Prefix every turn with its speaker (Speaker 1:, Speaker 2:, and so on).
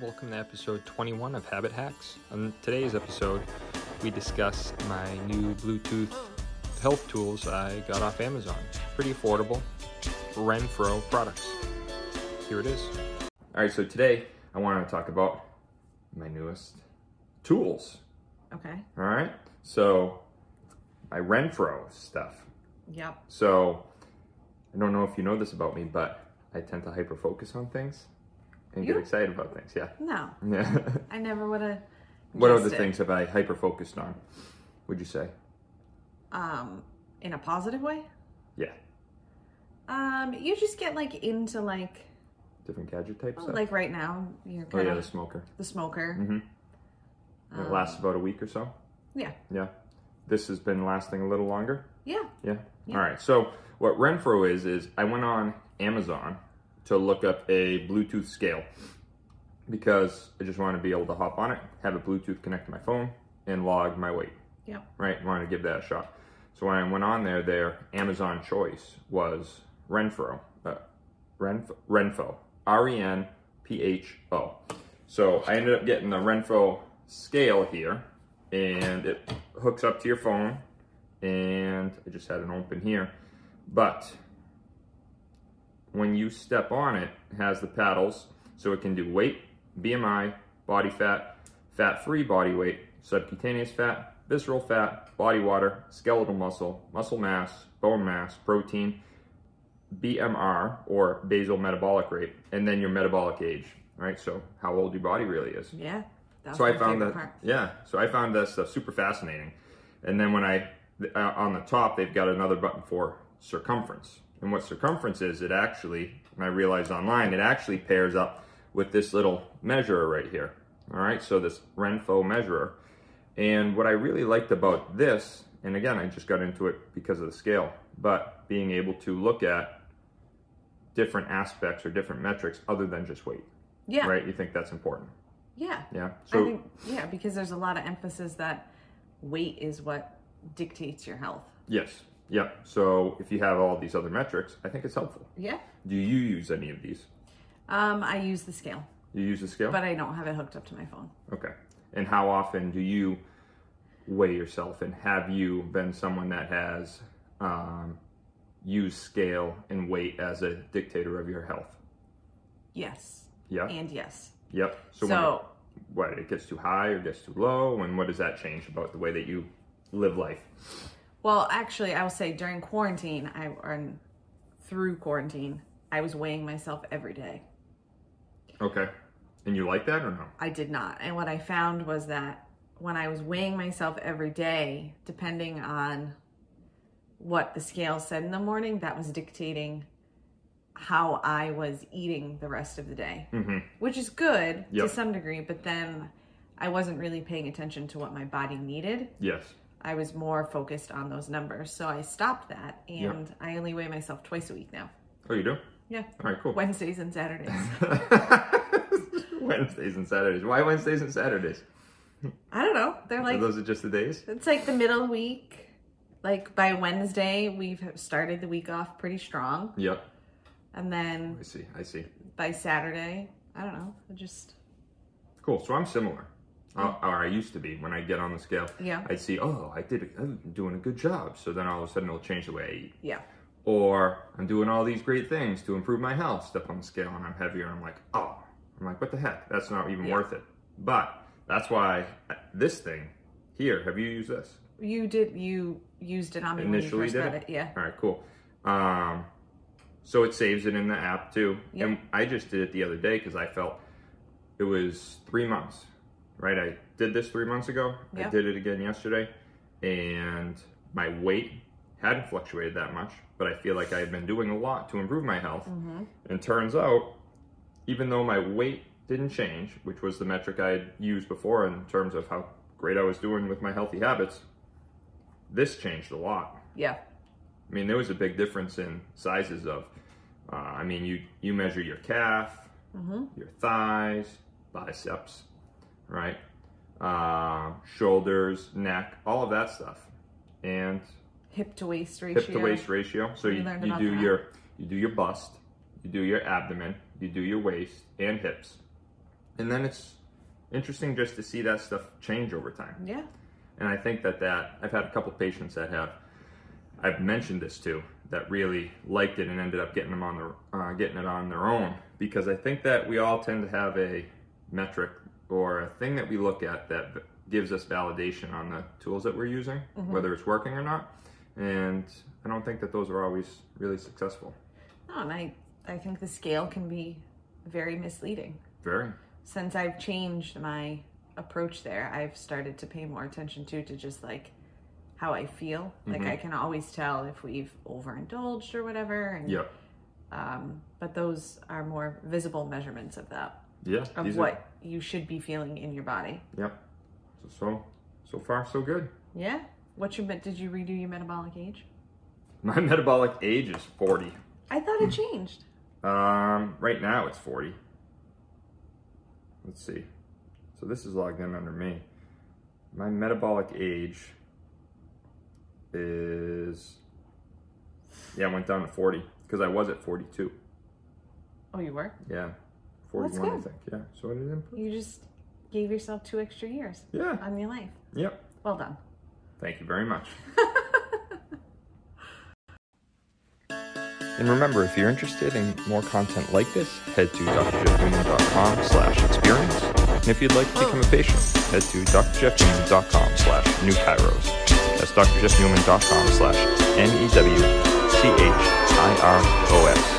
Speaker 1: Welcome to episode 21 of Habit Hacks. On today's episode, we discuss my new Bluetooth health tools I got off Amazon. Pretty affordable Renfro products. Here it is. All right, so today I want to talk about my newest tools.
Speaker 2: Okay.
Speaker 1: All right, so my Renfro stuff.
Speaker 2: Yep.
Speaker 1: So I don't know if you know this about me, but I tend to hyper focus on things and get
Speaker 2: You?
Speaker 1: excited about things. Yeah.
Speaker 2: No,
Speaker 1: Yeah.
Speaker 2: I never would have.
Speaker 1: What other things have I hyper focused on? Would you say?
Speaker 2: Um, in a positive way.
Speaker 1: Yeah,
Speaker 2: Um, you just get like into like
Speaker 1: different gadget types.
Speaker 2: well, Oh, like right now you're
Speaker 1: oh Mm-hmm.
Speaker 2: kind
Speaker 1: yeah, the
Speaker 2: of
Speaker 1: smoker.
Speaker 2: the smoker.
Speaker 1: hmm it
Speaker 2: Um,
Speaker 1: lasts about a week or so.
Speaker 2: Yeah.
Speaker 1: Yeah, this has been lasting a little longer.
Speaker 2: Yeah.
Speaker 1: Yeah.
Speaker 2: Yeah.
Speaker 1: All right. So what Renfro is is I went on Amazon to look up a Bluetooth scale because I just wanted to be able to hop on it, have a Bluetooth connect to my phone, and log my weight.
Speaker 2: Yep.
Speaker 1: Right. Wanted to give that a shot. So when I went on there, their Amazon choice was Renfro. Uh, Renf- Renfo. R E N P H O. So I ended up getting the Renfo scale here, and it hooks up to your phone and I just had an open here. But when you step on it, it has the paddles, so it can do weight, BMI, body fat, fat free body weight, subcutaneous fat, visceral fat, body water, skeletal muscle, muscle mass, bone mass, protein, BMR or basal metabolic rate, and then your metabolic age, right? So how old your body really is
Speaker 2: Yeah. That's
Speaker 1: so
Speaker 2: my
Speaker 1: I found
Speaker 2: favorite
Speaker 1: that yeah. So I found that stuff super fascinating, and then when I th- uh, on the top they've got another button for circumference, and what circumference is, it actually and I realized online it actually pairs up with this little measurer right here. All right, so this Renfo measurer, and what I really liked about this, and again I just got into it because of the scale, but being able to look at different aspects or different metrics other than just weight,
Speaker 2: Yeah.
Speaker 1: right? You think that's important,
Speaker 2: Yeah.
Speaker 1: yeah? So
Speaker 2: I think yeah because there's a lot of emphasis that weight is what dictates your health.
Speaker 1: Yes. Yeah. So if you have all these other metrics, I think it's helpful.
Speaker 2: Yeah.
Speaker 1: Do you use any of these?
Speaker 2: Um, I use the scale,
Speaker 1: You use the scale?
Speaker 2: but I don't have it hooked up to my phone.
Speaker 1: okay. And how often do you weigh yourself? And have you been someone that has um, used scale and weight as a dictator of your health?
Speaker 2: Yes.
Speaker 1: Yeah.
Speaker 2: And yes.
Speaker 1: yep. Uh, So, when it,
Speaker 2: so
Speaker 1: what it gets too high or gets too low, and what does that change about the way that you live life?
Speaker 2: Well, actually, I will say during quarantine, I or through quarantine, I was weighing myself every day.
Speaker 1: Okay. And you like that or no?
Speaker 2: I did not. And what I found was that when I was weighing myself every day, depending on what the scale said in the morning, that was dictating how I was eating the rest of the day,
Speaker 1: Mm-hmm.
Speaker 2: which is good
Speaker 1: Yep.
Speaker 2: to some degree, but then I wasn't really paying attention to what my body needed.
Speaker 1: Yes.
Speaker 2: I was more focused on those numbers. So I stopped that and I only weigh myself twice a week now.
Speaker 1: Oh, you do?
Speaker 2: Yeah.
Speaker 1: All right, cool.
Speaker 2: Wednesdays and Saturdays.
Speaker 1: Wednesdays and Saturdays. Why Wednesdays and Saturdays?
Speaker 2: I don't know. They're
Speaker 1: Are
Speaker 2: like,
Speaker 1: those are just the days.
Speaker 2: it's like the middle week. Like by Wednesday, we've started the week off pretty strong.
Speaker 1: Yep.
Speaker 2: And then
Speaker 1: I see. I see.
Speaker 2: by Saturday, I don't know. I Just,
Speaker 1: Cool. So I'm similar, or, or I used to be. When I get on the scale,
Speaker 2: yeah.
Speaker 1: I see, oh, I did, I'm doing a good job. So then all of a sudden it'll change the way I eat.
Speaker 2: Yeah.
Speaker 1: Or I'm doing all these great things to improve my health. Step on the scale and I'm heavier. And I'm like, oh, I'm like, what the heck? That's not even
Speaker 2: Yeah.
Speaker 1: worth it. But that's why uh, this thing here. Have you used this?
Speaker 2: You did, you used it on me
Speaker 1: Initially
Speaker 2: when you first
Speaker 1: did
Speaker 2: got
Speaker 1: it?
Speaker 2: it. Yeah.
Speaker 1: All right, cool. Um, so it saves it in the app too.
Speaker 2: Yeah.
Speaker 1: And I just did it the other day because I felt it was three months, right? I did this three months ago. I
Speaker 2: Yeah.
Speaker 1: did it again yesterday, and my weight hadn't fluctuated that much, but I feel like I had been doing a lot to improve my health.
Speaker 2: Mm-hmm.
Speaker 1: And turns out, even though my weight didn't change, which was the metric I had used before in terms of how great I was doing with my healthy habits, this changed a lot.
Speaker 2: Yeah.
Speaker 1: I mean, there was a big difference in sizes of. Uh, I mean, you you measure your calf,
Speaker 2: Mm-hmm.
Speaker 1: your thighs, biceps, right? Uh, shoulders, neck, all of that stuff, and
Speaker 2: Hip to waist ratio.
Speaker 1: hip to waist ratio. So
Speaker 2: We
Speaker 1: you,
Speaker 2: learned
Speaker 1: you
Speaker 2: about
Speaker 1: do
Speaker 2: that.
Speaker 1: your you do your bust, you do your abdomen, you do your waist and hips, and then it's interesting just to see that stuff change over time.
Speaker 2: Yeah.
Speaker 1: And I think that that I've had a couple patients that have I've mentioned this to that really liked it and ended up getting them on their uh, getting it on their own because I think that we all tend to have a metric or a thing that we look at that v- gives us validation on the tools that we're using,
Speaker 2: Mm-hmm.
Speaker 1: whether it's working or not. And I don't think that those are always really successful.
Speaker 2: No, Oh, and I, I think the scale can be very misleading.
Speaker 1: Very.
Speaker 2: Since I've changed my approach there, I've started to pay more attention too to just like how I feel. Like
Speaker 1: Mm-hmm.
Speaker 2: I can always tell if we've overindulged or whatever. And,
Speaker 1: Yep.
Speaker 2: Um, but those are more visible measurements of that
Speaker 1: Yeah.
Speaker 2: of
Speaker 1: these are-
Speaker 2: what you should be feeling in your body.
Speaker 1: Yep. So, so so far so good.
Speaker 2: Yeah. What you met? Did you redo your metabolic age?
Speaker 1: My metabolic age is 40.
Speaker 2: I thought
Speaker 1: Mm.
Speaker 2: it changed.
Speaker 1: Um, right now it's 40. Let's see. So this is logged in under me. My metabolic age is yeah, I went down to 40 because I was at 42.
Speaker 2: Oh, you were.
Speaker 1: Yeah.
Speaker 2: That's
Speaker 1: 41 I
Speaker 2: good.
Speaker 1: think. Yeah. So it is improve.
Speaker 2: You just gave yourself two extra years
Speaker 1: Yeah.
Speaker 2: on your life.
Speaker 1: Yep.
Speaker 2: Well done.
Speaker 1: Thank you very much. and remember, if you're interested in more content like this, head to drjeffnewman.com slash experience. And if you'd like to become a patient, head to drjeffnewman.com slash new kairos. E That's drjeffnewman.com slash N-E-W-C-H-I-R-O-S.